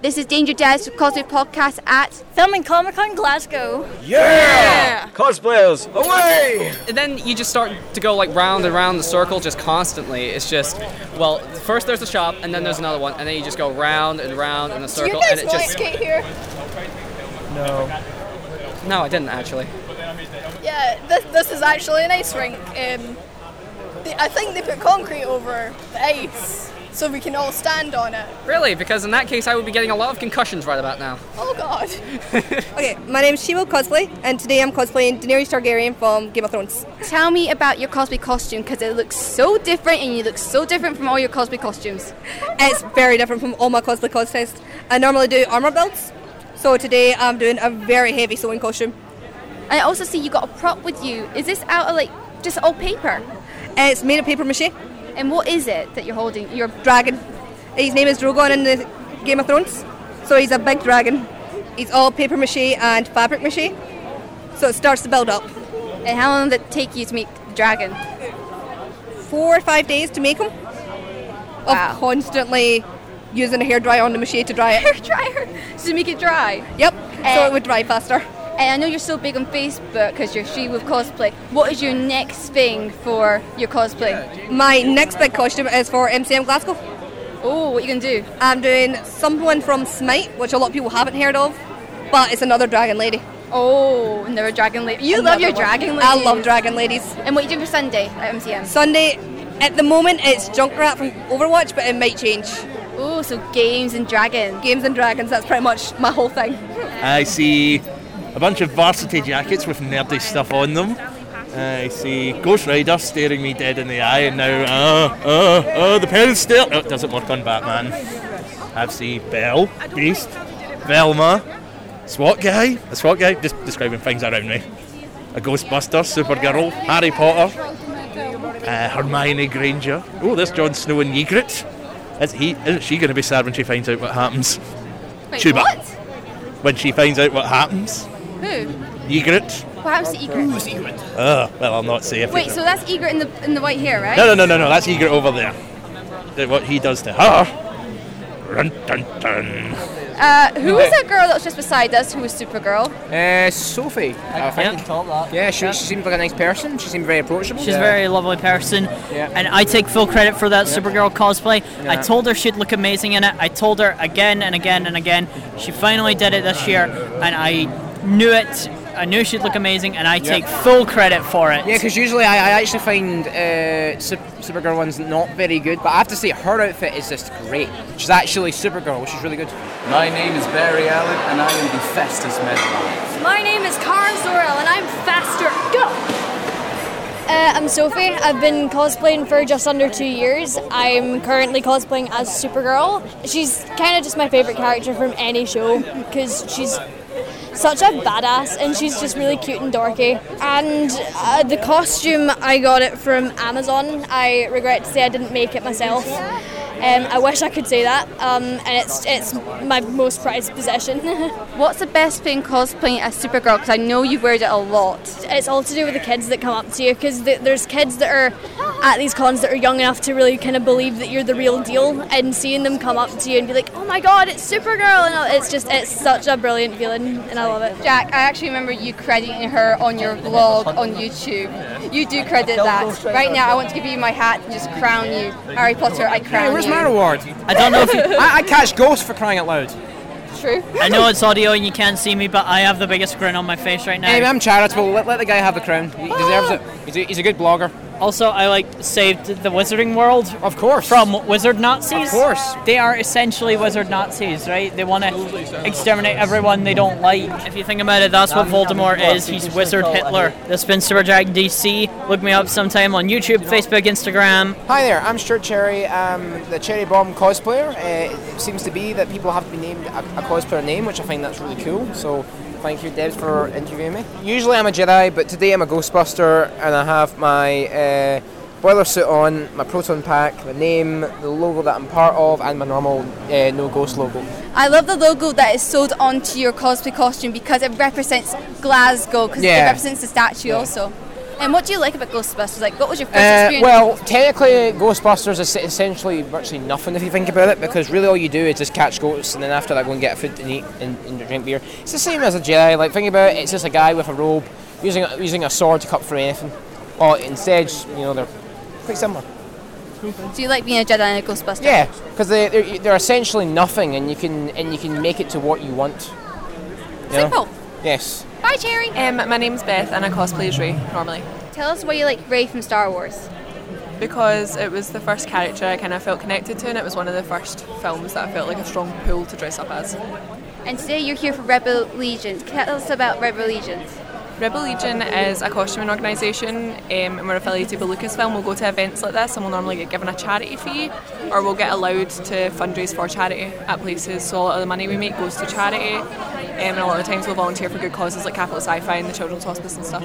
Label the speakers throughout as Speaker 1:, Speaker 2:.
Speaker 1: This is Danger Dad's Cosplay Podcast at
Speaker 2: Film and Comic Con Glasgow.
Speaker 3: Yeah! Cosplayers, away!
Speaker 4: And then you just start to go like round and round the circle just constantly. It's just, well, first there's a shop, and then there's another one, and then you just go round and round in a
Speaker 5: Do
Speaker 4: circle,
Speaker 5: you guys
Speaker 4: and it
Speaker 5: roller
Speaker 4: just.
Speaker 5: skate here?
Speaker 6: No.
Speaker 4: No, I didn't actually.
Speaker 5: Yeah, this, this is actually an ice rink. Um, they, I think they put concrete over the ice so we can all stand on it.
Speaker 4: Really, because in that case I would be getting a lot of concussions right about now.
Speaker 5: Oh god.
Speaker 7: Okay, my name's Shimo Cosplay, and today I'm cosplaying Daenerys Targaryen from Game of Thrones.
Speaker 1: Tell me about your cosplay costume because it looks so different and you look so different from all your cosplay costumes.
Speaker 7: It's very different from all my cosplay contests. I normally do armor builds, so today I'm doing a very heavy sewing costume.
Speaker 1: And I also see you got a prop with you. Is this out of like just old paper?
Speaker 7: It's made of paper mache.
Speaker 1: And what is it that you're holding? Your
Speaker 7: Dragon. His name is Drogon in the Game of Thrones, so he's a big dragon. He's all paper mache and fabric mache, so it starts to build up.
Speaker 1: and how long did it take you to make the dragon?
Speaker 7: Four or five days to make them.
Speaker 1: Wow.
Speaker 7: Of constantly using a hairdryer on the mache to dry it.
Speaker 1: Dryer to make it dry.
Speaker 7: Yep, so
Speaker 1: Eh.
Speaker 7: it would dry faster.
Speaker 1: And I know you're so big on Facebook because you're she with cosplay. What is your next thing for your cosplay?
Speaker 7: My next big costume is for MCM Glasgow.
Speaker 1: Oh, what are you gonna do?
Speaker 7: I'm doing someone from Smite, which a lot of people haven't heard of, but it's another dragon lady.
Speaker 1: Oh, another dragon lady. You love
Speaker 7: Another
Speaker 1: your
Speaker 7: one.
Speaker 1: dragon lady.
Speaker 7: I love dragon ladies.
Speaker 1: And what are you doing for Sunday at MCM?
Speaker 7: Sunday, at the moment, it's Junkrat from Overwatch, but it might change.
Speaker 1: Oh, so games and dragons.
Speaker 7: Games and Dragons, that's pretty much my whole thing.
Speaker 6: I see a bunch of varsity jackets with nerdy stuff on them. I see Ghost Rider staring me dead in the eye, and now, oh, oh, oh, the pen is still. Oh, it doesn't work on Batman. I've seen Belle, Beast, Velma, SWAT guy, a SWAT guy, just describing things around me. A Ghostbuster, Supergirl, Harry Potter, uh, Hermione Granger. Oh, there's Jon Snow and Ygritte. Is he? Isn't she going to be sad when she finds out what happens?
Speaker 1: Wait,
Speaker 6: Chuba.
Speaker 1: what?
Speaker 6: When she finds out what happens?
Speaker 1: Who?
Speaker 6: Egret?
Speaker 1: What happens to Egret?
Speaker 6: Uh, well, I'll not say if
Speaker 1: Wait,
Speaker 6: it's-
Speaker 1: so that's Egret in the in the white hair, right?
Speaker 6: No, no, no, no, no, that's Egret over there. That What he does to her. Run, dun, dun.
Speaker 1: Uh, who was that girl that was just beside us who was Supergirl?
Speaker 8: Uh, Sophie, I think. Yeah, she, she seemed like a nice person. She seemed very approachable.
Speaker 9: She's a very lovely person,
Speaker 8: Yeah.
Speaker 9: and I take full credit for that Supergirl cosplay. I
Speaker 8: Yeah.
Speaker 9: told her she'd look amazing in it. I told her again and again and again. She finally did it this year, and I knew it. I knew she'd look amazing, and I take full credit for it.
Speaker 8: Yeah, because usually I, I actually find uh, Sup- Supergirl ones not very good, but I have to say her outfit is just great. She's actually Supergirl, which is really good.
Speaker 10: My name is Barry Allen, and I am the Festus Medline.
Speaker 2: My name is Karen Zorel, and I'm faster. Go.
Speaker 5: Uh, I'm Sophie. I've been cosplaying for just under two years. I'm currently cosplaying as Supergirl. She's kind of just my favorite character from any show because she's such a badass and she's just really cute and dorky. And uh, the costume, I got it from Amazon. I regret to say I didn't make it myself. Um, I wish I could say that. Um, and it's it's my most prized possession.
Speaker 1: What's the best thing cosplaying as Supergirl? Because I know you've worn it a lot.
Speaker 5: it's all to do with the kids that come up to you because th- there's kids that are at these cons that are young enough to really kind of believe that you're the real deal and seeing them come up to you and be like oh my god it's supergirl and all- it's just it's such a brilliant feeling and i love it
Speaker 1: Jack, I actually remember you crediting her on your vlog on YouTube. You do credit that. Right now, I want to give you my hat and just crown you. Harry Potter, I
Speaker 8: Hey,
Speaker 1: crown
Speaker 8: where's
Speaker 1: you.
Speaker 8: my reward?
Speaker 9: I don't know if you,
Speaker 8: I, I catch ghosts Ah, for crying out loud.
Speaker 1: True.
Speaker 9: I know it's audio and you can't see me, but I have the biggest grin on my face right now.
Speaker 8: Hey, I'm charitable. Let, let the guy have the crown. He deserves it. He's a, he's a good blogger.
Speaker 9: also, I like saved the Wizarding World
Speaker 8: Of course.
Speaker 9: from wizard Nazis.
Speaker 8: Of course.
Speaker 9: They are essentially wizard Nazis, right? They want to exterminate everyone they don't like. If you think about it, that's what Voldemort is. He's wizard Hitler. This has been Super Dragon DC. Look me up sometime on YouTube, Facebook, Instagram.
Speaker 8: Hi there, I'm Stuart Cherry, um, the Cherry Bomb cosplayer. Uh, it seems to be that people have to be named a, a cosplayer name, which I find that's really cool. So thank you, Deb, for interviewing me. Usually I'm a Jedi, but today I'm a Ghostbuster, and I have my uh, boiler suit on, my proton pack, the name, the logo that I'm part of, and my normal uh, no ghost logo.
Speaker 1: I love the logo that is sewed onto your cosplay costume because it represents Glasgow because it
Speaker 8: Yeah.
Speaker 1: represents the statue also. And what do you like about Ghostbusters? Like, what was your first
Speaker 8: Uh,
Speaker 1: experience?
Speaker 8: well, technically, Ghostbusters is essentially virtually nothing if you think about it, because really all you do is just catch ghosts and then after that go and get food and eat and, and drink beer. It's the same as a Jedi. Like think about it, it's just a guy with a robe using a, using a sword to cut through anything. Or instead, you know, they're quite similar.
Speaker 1: do you like being a Jedi and a Ghostbuster?
Speaker 8: Yeah, because they they're, they're essentially nothing, and you can and you can make it to what you want. You know?
Speaker 1: Simple.
Speaker 8: Yes.
Speaker 1: Bye, Cherry.
Speaker 11: Um, my name's Beth and I cosplay as Ray normally.
Speaker 1: Tell us why you like Ray from Star Wars.
Speaker 11: Because it was the first character I kind of felt connected to and it was one of the first films that I felt like a strong pull to dress up as.
Speaker 1: And today you're here for Rebel Legion. Tell us about Rebel Legion.
Speaker 11: Rebel Legion is a costuming organisation um, and we're affiliated with Lucasfilm. We'll go to events like this and we'll normally get given a charity fee or we'll get allowed to fundraise for charity at places. So a lot of the money we make goes to charity um, and a lot of times we'll volunteer for good causes like Capital Sci-Fi and the Children's Hospice and stuff.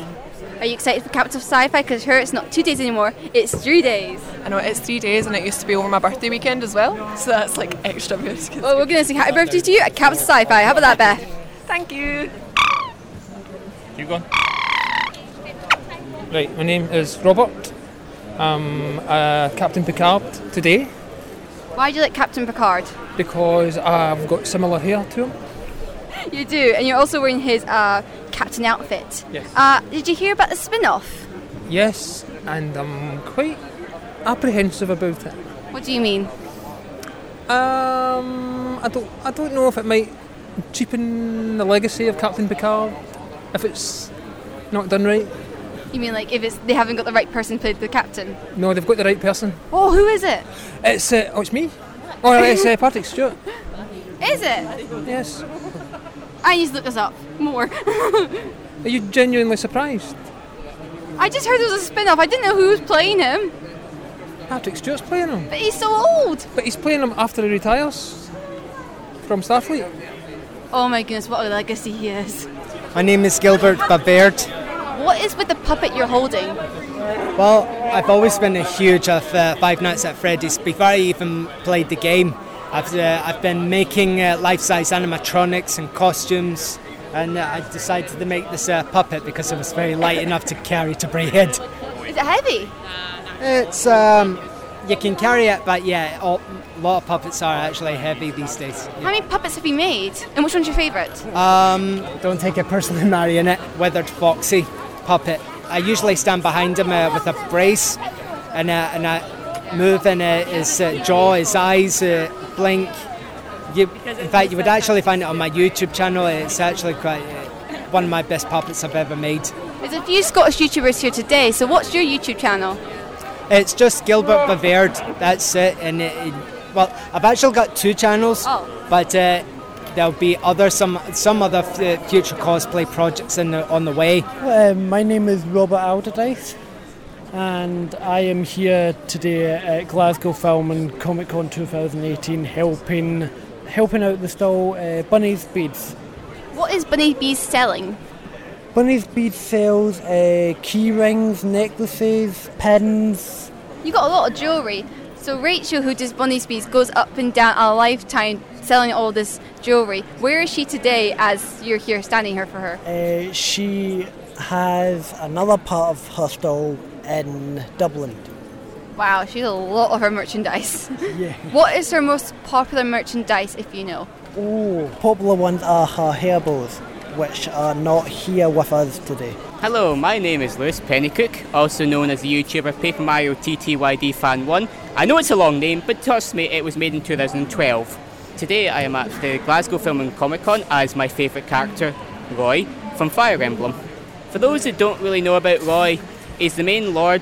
Speaker 1: Are you excited for Captain Sci-Fi? Because here it's not two days anymore, it's three days.
Speaker 11: I know it's three days and it used to be over my birthday weekend as well, so that's like extra good.
Speaker 1: Well, we're going to sing happy birthday to you at Captain Sci-Fi. How about that, Beth?
Speaker 11: Thank you.
Speaker 6: Keep going.
Speaker 12: Right, my name is Robert. I'm uh, Captain Picard today
Speaker 1: Why do you like Captain Picard?
Speaker 12: because I've got similar hair to him.
Speaker 1: You do, and you're also wearing his uh, captain outfit.
Speaker 12: Yes.
Speaker 1: Uh, did you hear about the spin-off?
Speaker 12: Yes, and I'm quite apprehensive about it.
Speaker 1: What do you mean?
Speaker 12: Um, I don't, I don't know if it might cheapen the legacy of Captain Picard if it's not done right.
Speaker 1: You mean like if it's they haven't got the right person played the captain?
Speaker 12: No, they've got the right person.
Speaker 1: Oh, who is it?
Speaker 12: It's, uh, oh, it's me. Oh, it's uh, Patrick Stewart.
Speaker 1: Is it?
Speaker 12: Yes.
Speaker 1: I need to look this up more.
Speaker 12: Are you genuinely surprised?
Speaker 1: I just heard there was a spin-off. I didn't know who was playing him,
Speaker 12: Patrick Stewart's playing him.
Speaker 1: but he's so old.
Speaker 12: But he's playing him after he retires from Starfleet.
Speaker 1: Oh my goodness, what a legacy he is.
Speaker 13: My name is Gilbert Babert.
Speaker 1: What is with the puppet you're holding?
Speaker 13: Well, I've always been a huge of uh, Five Nights at Freddy's before I even played the game. I've, uh, I've been making uh, life size animatronics and costumes, and uh, I decided to make this uh, puppet because it was very light enough to carry to Braid.
Speaker 1: Is it heavy?
Speaker 13: It's, um, you can carry it, but yeah, all, a lot of puppets are actually heavy these days.
Speaker 1: How many puppets have you made? And which one's your favourite?
Speaker 13: Um, don't take it personally, marionette. Weathered foxy puppet. I usually stand behind him uh, with a brace, and uh, and I move in uh, his uh, jaw, his eyes uh, blink. You, in fact, you would actually find it on my YouTube channel. It's actually quite uh, one of my best puppets I've ever made.
Speaker 1: There's a few Scottish YouTubers here today, so what's your YouTube channel?
Speaker 13: It's just Gilbert Bavard. That's it. And it, it- well, I've actually got two channels, but uh, there'll be other some some other f- uh, future cosplay projects in the, on the way.
Speaker 14: Uh, my name is Robert Alderdice, and I am here today at Glasgow Film and Comic Con 2018, helping helping out the stall uh, Bunny's Beads.
Speaker 1: What is Bunny Bees selling?
Speaker 14: Bunny's Beads sells uh, key rings, necklaces, pins.
Speaker 1: You got a lot of jewellery. So Rachel, who does Bunny's Bees, goes up and down a lifetime selling all this jewellery. Where is she today as you're here standing here for her?
Speaker 15: Uh, she has another part of her stall in Dublin.
Speaker 1: Wow, she's a lot of her merchandise. Yeah. what is her most popular merchandise, if you know?
Speaker 15: Oh, popular ones are her hairbows, which are not here with us today.
Speaker 16: Hello, my name is Lewis Pennycook, also known as the YouTuber Paper Mario TTYD Fan 1. I know it's a long name, but trust me, it was made in 2012. Today I am at the Glasgow Film and Comic Con as my favourite character, Roy, from Fire Emblem. For those that don't really know about Roy, he's the main lord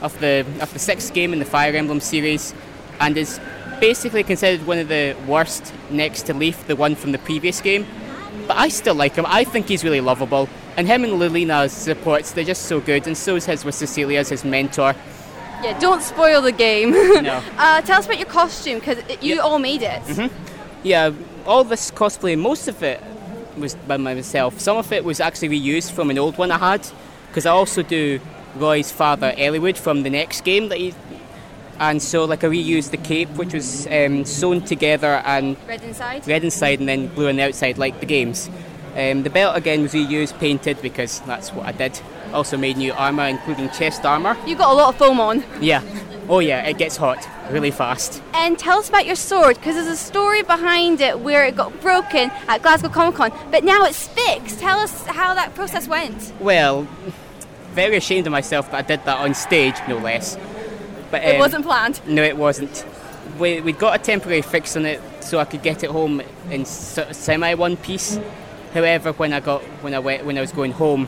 Speaker 16: of the, of the sixth game in the Fire Emblem series and is basically considered one of the worst next to Leaf, the one from the previous game. But I still like him. I think he's really lovable. And him and Lilina's supports, they're just so good. And so is his with Cecilia as his mentor.
Speaker 1: Yeah, don't spoil the game.
Speaker 16: No.
Speaker 1: uh, tell us about your costume, because you all made it.
Speaker 16: hmm Yeah, all this cosplay, most of it was by myself. Some of it was actually reused from an old one I had. Because I also do Roy's father, Ellwood, from the next game that he. And so, like, I reused the cape, which was um, sewn together and
Speaker 1: Red inside?
Speaker 16: red inside and then blue on the outside, like the games. Um, the belt again was reused, painted because that's what I did. Also made new armour, including chest armour.
Speaker 1: You got a lot of foam on.
Speaker 16: Yeah. Oh yeah, it gets hot really fast.
Speaker 1: And tell us about your sword, because there's a story behind it where it got broken at Glasgow Comic Con, but now it's fixed. Tell us how that process went.
Speaker 16: Well, very ashamed of myself that I did that on stage, no less. But
Speaker 1: It
Speaker 16: um,
Speaker 1: wasn't planned.
Speaker 16: No, it wasn't. We we got a temporary fix on it so I could get it home in sort of semi one piece. However, when I got when I went when I was going home,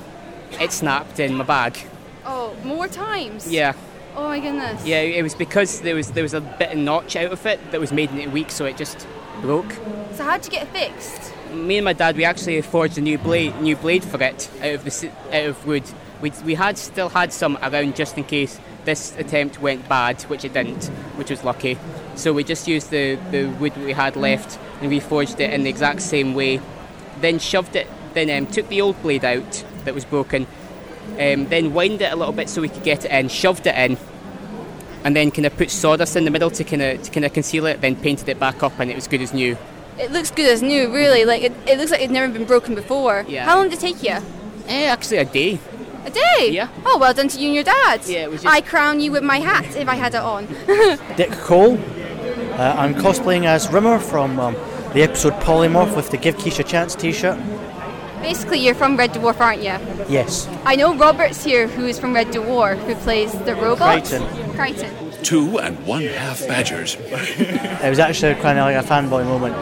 Speaker 16: it snapped in my bag.
Speaker 1: Oh, more times?
Speaker 16: Yeah.
Speaker 1: Oh my goodness.
Speaker 16: Yeah, it was because there was there was a bit of notch out of it that was made in a week, so it just broke.
Speaker 1: So, how'd you get it fixed?
Speaker 16: Me and my dad, we actually forged a new blade, new blade for it out of the s- out of wood. We we had still had some around just in case this attempt went bad, which it didn't, which was lucky. So we just used the the wood we had left and we forged it in the exact same way. Then shoved it. Then um, took the old blade out that was broken. Um, then wind it a little bit so we could get it in. Shoved it in and then kind of put sawdust in the middle to kind of to kind of conceal it. Then painted it back up, and it was good as new.
Speaker 1: It looks good as new, really. Like, it, it looks like it's never been broken before.
Speaker 16: Yeah.
Speaker 1: How long did it take you?
Speaker 16: Eh, actually, a day.
Speaker 1: A day? Yeah. Oh, well done to you and your dad. Yeah, it was I crown you with my hat if I had it on.
Speaker 17: Dick Cole. Uh, I'm cosplaying as Rimmer from um, the episode Polymorph with the Give Keisha Chance t shirt.
Speaker 1: Basically, you're from Red Dwarf, aren't you?
Speaker 17: Yes.
Speaker 1: I know Robert's here, who is from Red Dwarf, who plays the robot.
Speaker 17: Crichton.
Speaker 1: Crichton.
Speaker 18: Two and one half badgers.
Speaker 17: It was actually kind of like a fanboy moment.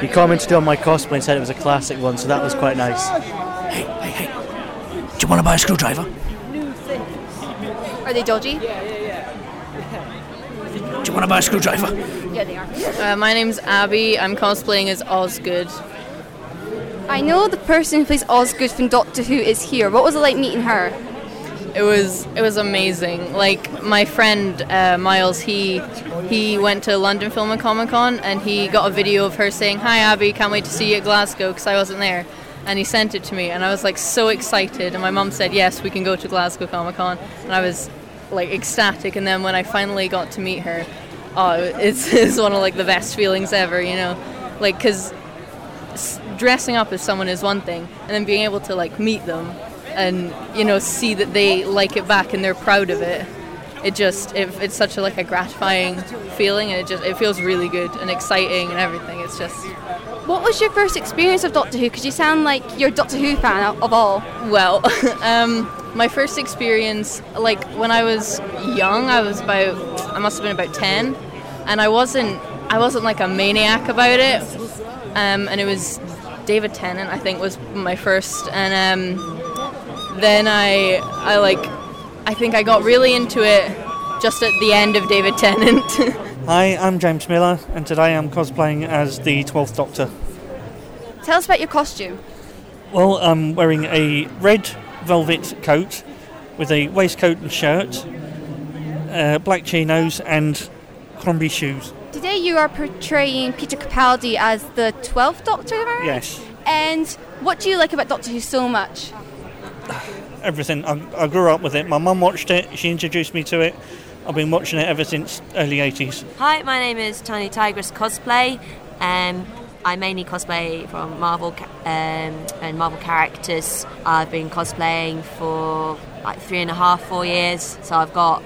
Speaker 17: He commented on my cosplay and said it was a classic one, so that was quite nice.
Speaker 18: Do you want to buy a screwdriver?
Speaker 1: Are they dodgy? Yeah,
Speaker 18: Do you want to buy a screwdriver?
Speaker 1: they are.
Speaker 19: Uh, my name's Abby. I'm cosplaying as Osgood.
Speaker 1: I know the person who plays Osgood from Doctor Who is here. What was it like meeting her?
Speaker 19: It was it was amazing. Like my friend uh, Miles, he he went to London Film and Comic Con and he got a video of her saying, "Hi Abby, can't wait to see you at Glasgow because I wasn't there." And he sent it to me, and I was like so excited. And my mum said, "Yes, we can go to Glasgow Comic Con," and I was like ecstatic. And then when I finally got to meet her, oh, it's it's one of like the best feelings ever, you know, like because s- dressing up as someone is one thing, and then being able to like meet them and you know see that they like it back and they're proud of it. It just it, it's such a like a gratifying feeling, and it just it feels really good and exciting and everything. It's just
Speaker 1: What was your first experience of Doctor Who? Because you sound like you're a Doctor Who fan o- of all.
Speaker 19: Well, um, my first experience, like when I was young, I was about, I must have been about ten, and I wasn't, I wasn't like a maniac about it, um, and it was David Tennant, I think, was my first, and um, then I, I like, I think I got really into it just at the end of David Tennant.
Speaker 17: Hi, I'm James Miller, and today I'm cosplaying as the 12th Doctor.
Speaker 1: Tell us about your costume.
Speaker 17: Well, I'm wearing a red velvet coat with a waistcoat and shirt, uh, black chinos, and Crombie shoes.
Speaker 1: Today you are portraying Peter Capaldi as the 12th Doctor, am I right?
Speaker 17: Yes.
Speaker 1: And what do you like about Doctor Who so much?
Speaker 17: everything. I, I grew up with it. My mum watched it. She introduced me to it. I've been watching it ever since early 80s.
Speaker 20: Hi, my name is Tiny Tigress Cosplay. Um, I mainly cosplay from Marvel ca- um, and Marvel characters. I've been cosplaying for like three and a half, four years. So I've got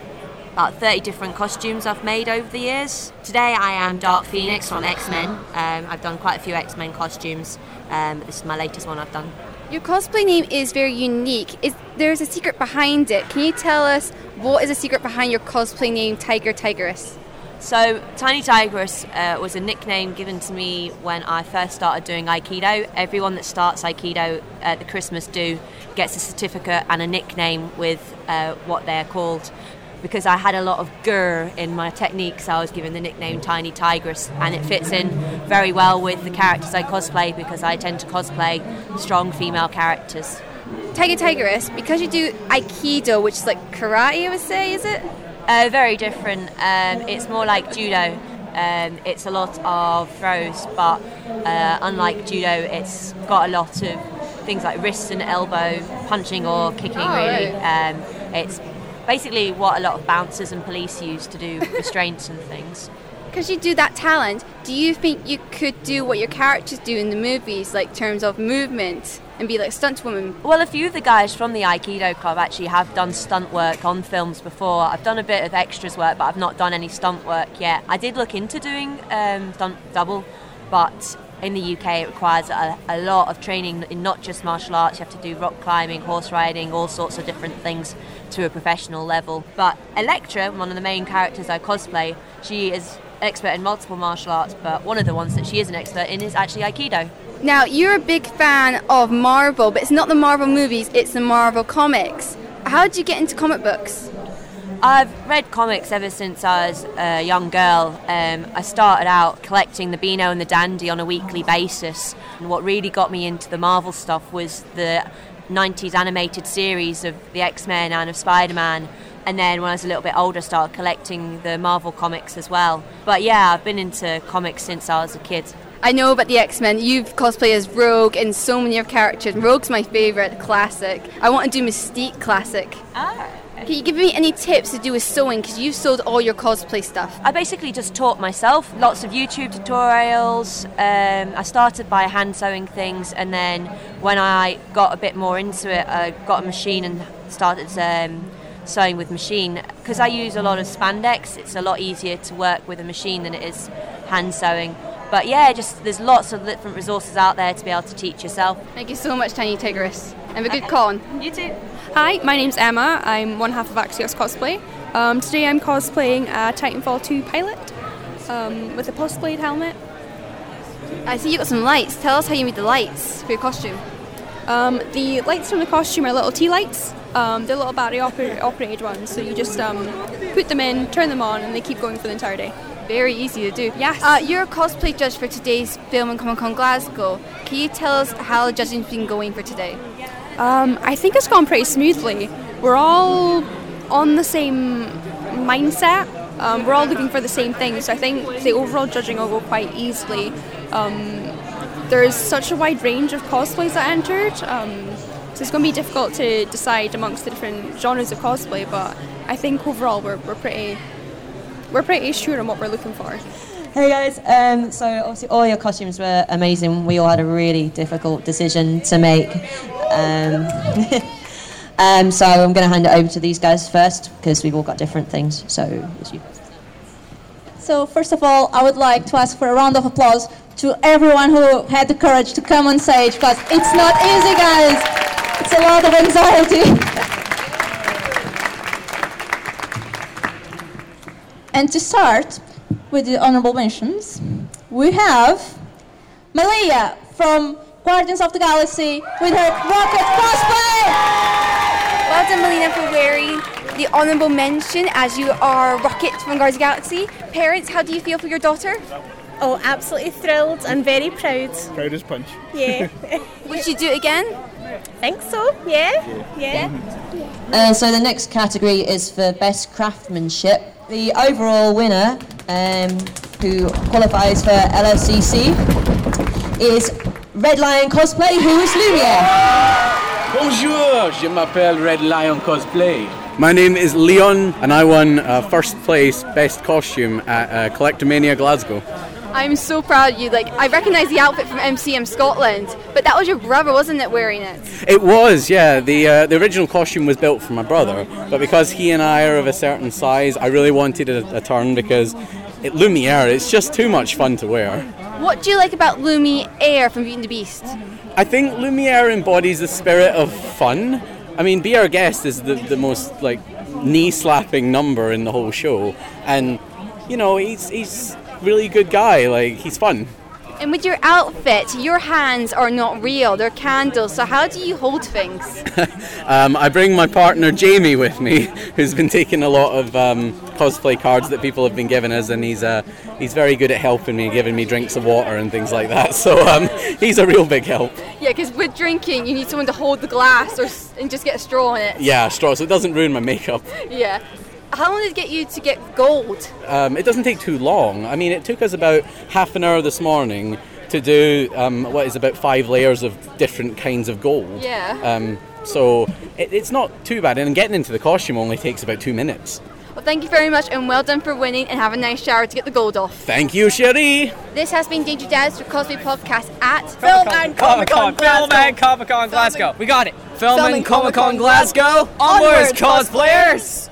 Speaker 20: about 30 different costumes I've made over the years. Today I am Dark Phoenix from X Men. Um, I've done quite a few X Men costumes. Um, this is my latest one I've done.
Speaker 1: Your cosplay name is very unique. Is there's a secret behind it? Can you tell us what is the secret behind your cosplay name, Tiger Tigress?
Speaker 20: So, Tiny Tigress uh, was a nickname given to me when I first started doing Aikido. Everyone that starts Aikido at the Christmas do gets a certificate and a nickname with uh, what they're called. Because I had a lot of gur in my techniques, I was given the nickname Tiny Tigress, and it fits in very well with the characters I cosplay because I tend to cosplay strong female characters.
Speaker 1: Tiger Tigress, because you do Aikido, which is like karate, I would say, is it?
Speaker 20: Uh, very different. Um, it's more like judo. Um, it's a lot of throws, but uh, unlike judo, it's got a lot of things like wrists and elbow punching or kicking.
Speaker 1: Oh,
Speaker 20: really,
Speaker 1: right.
Speaker 20: um, it's basically what a lot of bouncers and police use to do restraints and things.
Speaker 1: Because you do that talent, do you think you could do what your characters do in the movies, like terms of movement? and be like stunt woman.
Speaker 20: Um, Well, a few of the guys from the Aikido Club actually have done stunt work on films before. I've done a bit of extras work, but I've not done any stunt work yet. I did look into doing um, stunt double, but in the UK it requires a, a lot of training in not just martial arts. You have to do rock climbing, horse riding, all sorts of different things to a professional level. But Electra, one of the main characters I cosplay, she is expert in multiple martial arts, but one of the ones that she is an expert in is actually Aikido.
Speaker 1: Now, you're a big fan of Marvel, but it's not the Marvel movies, it's the Marvel comics. How did you get into comic books?
Speaker 20: I've read comics ever since I was a young girl. Um, I started out collecting the Beano and the Dandy on a weekly basis. And what really got me into the Marvel stuff was the 90s animated series of the X Men and of Spider Man. And then when I was a little bit older, I started collecting the Marvel comics as well. But yeah, I've been into comics since I was a kid.
Speaker 1: I know about the X Men. You've cosplayed as Rogue in so many of characters. Rogue's my favourite classic. I want to do Mystique classic.
Speaker 20: Ah.
Speaker 1: Can you give me any tips to do with sewing? Because you've sewed all your cosplay stuff.
Speaker 20: I basically just taught myself lots of YouTube tutorials. Um, I started by hand sewing things, and then when I got a bit more into it, I got a machine and started um, sewing with machine. Because I use a lot of spandex, it's a lot easier to work with a machine than it is hand sewing. But yeah, just there's lots of different resources out there to be able to teach yourself.
Speaker 1: Thank you so much, Tiny Tigress. Have a good con.
Speaker 20: You too.
Speaker 21: Hi, my name's Emma. I'm one half of Axios Cosplay. Um, today I'm cosplaying a Titanfall 2 pilot um, with a pulse blade helmet.
Speaker 1: I see you got some lights. Tell us how you made the lights for your costume.
Speaker 21: Um, the lights from the costume are little tea lights. Um, they're little battery oper- operated ones, so you just um, put them in, turn them on, and they keep going for the entire day.
Speaker 1: Very easy to do.
Speaker 21: Yes.
Speaker 1: Uh, you're a cosplay judge for today's Film and Comic Con Glasgow. Can you tell us how the judging's been going for today?
Speaker 21: Um, I think it's gone pretty smoothly. We're all on the same mindset. Um, we're all looking for the same thing, so I think the overall judging will go quite easily. Um, there's such a wide range of cosplays that entered, um, so it's going to be difficult to decide amongst the different genres of cosplay. But I think overall we're, we're pretty we're pretty sure on what we're looking for.
Speaker 22: Hey guys, um, so obviously all your costumes were amazing. We all had a really difficult decision to make. Um, um, so I'm going to hand it over to these guys first because we've all got different things. So it's you.
Speaker 23: So, first of all, I would like to ask for a round of applause to everyone who had the courage to come on stage because it's not easy, guys. It's a lot of anxiety. And to start with the honorable mentions, we have Malia from Guardians of the Galaxy with her rocket cosplay.
Speaker 24: Well done, Melina, for wearing the honorable mention as you are Rocket from Guardians of the Galaxy. Parents, how do you feel for your daughter?
Speaker 25: Oh, absolutely thrilled and very proud.
Speaker 26: Proud as punch.
Speaker 25: Yeah.
Speaker 24: Would you do it again?
Speaker 25: Think so? Yeah. Yeah.
Speaker 22: Uh, so the next category is for best craftsmanship. The overall winner, um, who qualifies for LFCC, is Red Lion Cosplay, who is Luria.
Speaker 10: Bonjour, je m'appelle Red Lion Cosplay.
Speaker 27: My name is Leon, and I won uh, first place best costume at uh, Collectomania Glasgow.
Speaker 1: I'm so proud of you. Like, I recognise the outfit from MCM Scotland, but that was your brother, wasn't it, wearing it?
Speaker 27: It was, yeah. The uh, the original costume was built for my brother, but because he and I are of a certain size, I really wanted a, a turn because it Lumiere. It's just too much fun to wear.
Speaker 1: What do you like about Lumi Air from Beauty and the Beast?
Speaker 27: I think Lumiere embodies the spirit of fun. I mean, Be Our Guest is the, the most like knee slapping number in the whole show, and you know he's he's really good guy. Like he's fun.
Speaker 1: And with your outfit, your hands are not real, they're candles, so how do you hold things?
Speaker 27: Um, I bring my partner Jamie with me, who's been taking a lot of um, cosplay cards that people have been giving us, and he's uh, he's very good at helping me, giving me drinks of water and things like that. So um, he's a real big help.
Speaker 1: Yeah, because with drinking, you need someone to hold the glass or, s- and just get a straw in it.
Speaker 27: Yeah, straw, so it doesn't ruin my makeup.
Speaker 1: Yeah. How long did it get you to get gold?
Speaker 27: Um, it doesn't take too long. I mean, it took us about half an hour this morning to do um, what is about five layers of different kinds of gold.
Speaker 1: Yeah.
Speaker 27: Um, so it, it's not too bad, and getting into the costume only takes about two minutes.
Speaker 1: Well, thank you very much and well done for winning and have a nice shower to get the gold off.
Speaker 27: Thank you, Sherry.
Speaker 1: This has been Danger Dad's for Cosby Podcast at Film and
Speaker 4: Film and Comic Con Glasgow. We got it.
Speaker 1: Film and Comic-Con Glasgow.
Speaker 4: Onwards,
Speaker 1: Onwards,
Speaker 4: cosplayers.